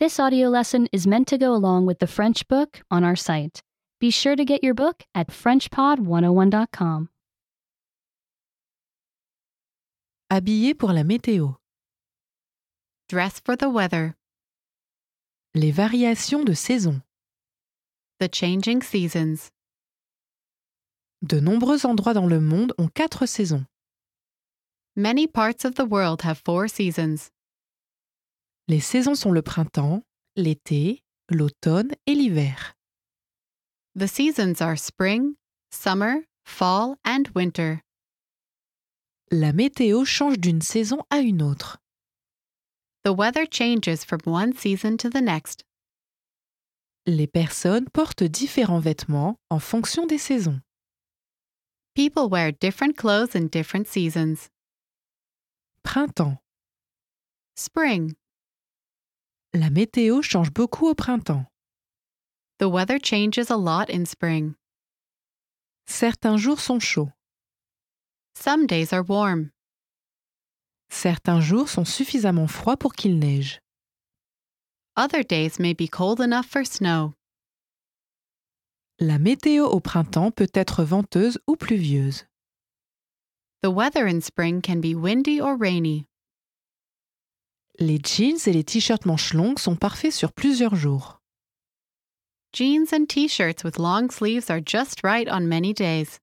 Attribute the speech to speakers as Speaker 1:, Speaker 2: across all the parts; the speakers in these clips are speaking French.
Speaker 1: This audio lesson is meant to go along with the French book on our site. Be sure to get your book at FrenchPod101.com.
Speaker 2: Habillé pour la météo.
Speaker 3: Dress for the weather,
Speaker 2: Les variations de saison.
Speaker 3: the changing seasons.
Speaker 2: De nombreux endroits dans le monde ont quatre saisons.
Speaker 3: Many parts of the world have four seasons.
Speaker 2: Les saisons sont le printemps, l'été, l'automne et l'hiver.
Speaker 3: The seasons are spring, summer, fall, and winter.
Speaker 2: La météo change d'une saison à une autre.
Speaker 3: The weather changes from one season to the next.
Speaker 2: Les personnes portent différents vêtements en fonction des saisons.
Speaker 3: People wear different clothes in different seasons.
Speaker 2: Printemps.
Speaker 3: Spring,
Speaker 2: La météo change beaucoup au printemps.
Speaker 3: the weather changes a lot in spring.
Speaker 2: Certains jours sont chauds.
Speaker 3: Some days are warm.
Speaker 2: Certains jours sont suffisamment froids pour qu'il neige.
Speaker 3: Other days may be cold enough for snow.
Speaker 2: La météo au printemps peut être venteuse ou pluvieuse.
Speaker 3: The weather in spring can be windy or rainy.
Speaker 2: Les jeans et les t-shirts manches longues sont parfaits sur plusieurs jours.
Speaker 3: Jeans and t shirts with long sleeves are just right on many days.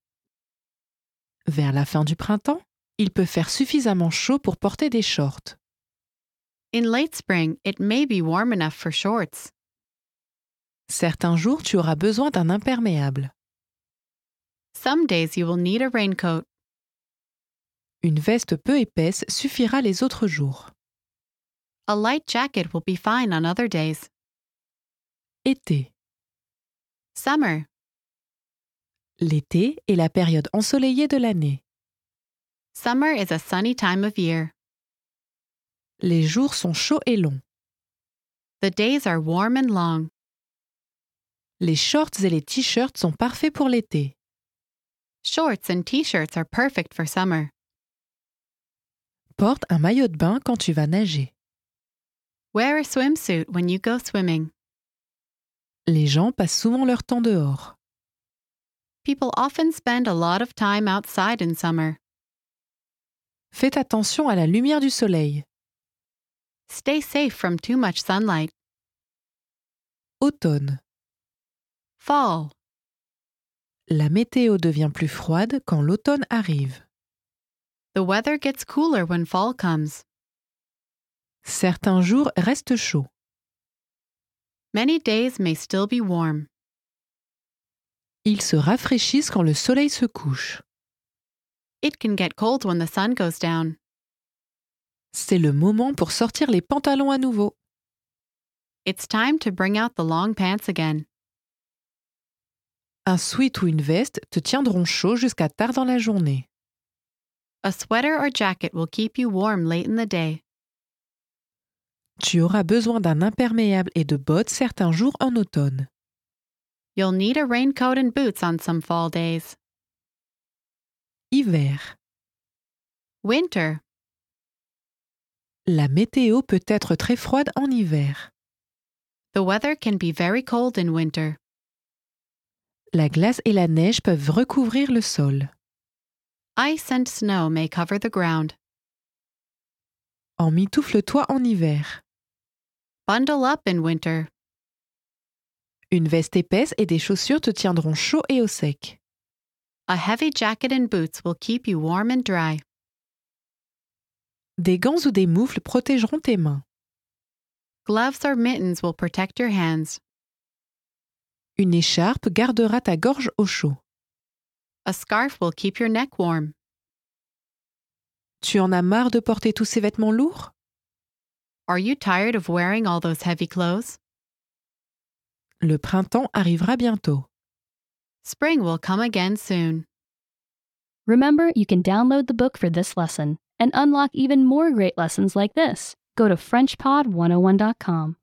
Speaker 2: Vers la fin du printemps, il peut faire suffisamment chaud pour porter des shorts.
Speaker 3: In late spring, it may be warm enough for shorts.
Speaker 2: Certains jours, tu auras besoin d'un imperméable.
Speaker 3: Some days you will need a raincoat.
Speaker 2: Une veste peu épaisse suffira les autres jours.
Speaker 3: A light jacket will be fine on other days.
Speaker 2: Été.
Speaker 3: Summer.
Speaker 2: L'été est la période ensoleillée de l'année.
Speaker 3: Summer is a sunny time of year.
Speaker 2: Les jours sont chauds et longs.
Speaker 3: The days are warm and long.
Speaker 2: Les shorts et les t-shirts sont parfaits pour l'été.
Speaker 3: Shorts and t shirts are perfect for summer.
Speaker 2: Porte un maillot de bain quand tu vas nager.
Speaker 3: Wear a swimsuit when you go swimming.
Speaker 2: Les gens passent souvent leur temps dehors.
Speaker 3: People often spend a lot of time outside in summer.
Speaker 2: Faites attention à la lumière du soleil.
Speaker 3: Stay safe from too much sunlight.
Speaker 2: Automne.
Speaker 3: Fall.
Speaker 2: La météo devient plus froide quand l'automne arrive.
Speaker 3: The weather gets cooler when fall comes.
Speaker 2: Certains jours restent chauds.
Speaker 3: Many days may still be warm.
Speaker 2: Ils se rafraîchissent quand le soleil se couche.
Speaker 3: It can get cold when the sun goes down.
Speaker 2: C'est le moment pour sortir les pantalons à nouveau.
Speaker 3: It's time to bring out the long pants again.
Speaker 2: Un sweat ou une veste te tiendront chaud jusqu'à tard dans la journée.
Speaker 3: A sweater or jacket will keep you warm late in the day.
Speaker 2: Tu auras besoin d'un imperméable et de bottes certains jours en automne.
Speaker 3: You'll need a raincoat and boots on some fall days.
Speaker 2: Hiver.
Speaker 3: Winter.
Speaker 2: La météo peut être très froide en hiver.
Speaker 3: The weather can be very cold in winter.
Speaker 2: La glace et la neige peuvent recouvrir le sol.
Speaker 3: Ice and snow may cover the ground.
Speaker 2: Emmitoufle-toi en hiver.
Speaker 3: Bundle up in winter.
Speaker 2: Une veste épaisse et des chaussures te tiendront chaud et au sec.
Speaker 3: A heavy jacket and boots will keep you warm and dry.
Speaker 2: Des gants ou des moufles protégeront tes mains.
Speaker 3: Gloves or mittens will protect your hands.
Speaker 2: Une écharpe gardera ta gorge au chaud.
Speaker 3: A scarf will keep your neck warm.
Speaker 2: Tu en as marre de porter tous ces vêtements lourds
Speaker 3: Are you tired of wearing all those heavy clothes?
Speaker 2: Le printemps arrivera bientôt.
Speaker 3: Spring will come again soon.
Speaker 1: Remember, you can download the book for this oh lesson and unlock even more great lessons like this. Go to FrenchPod101.com.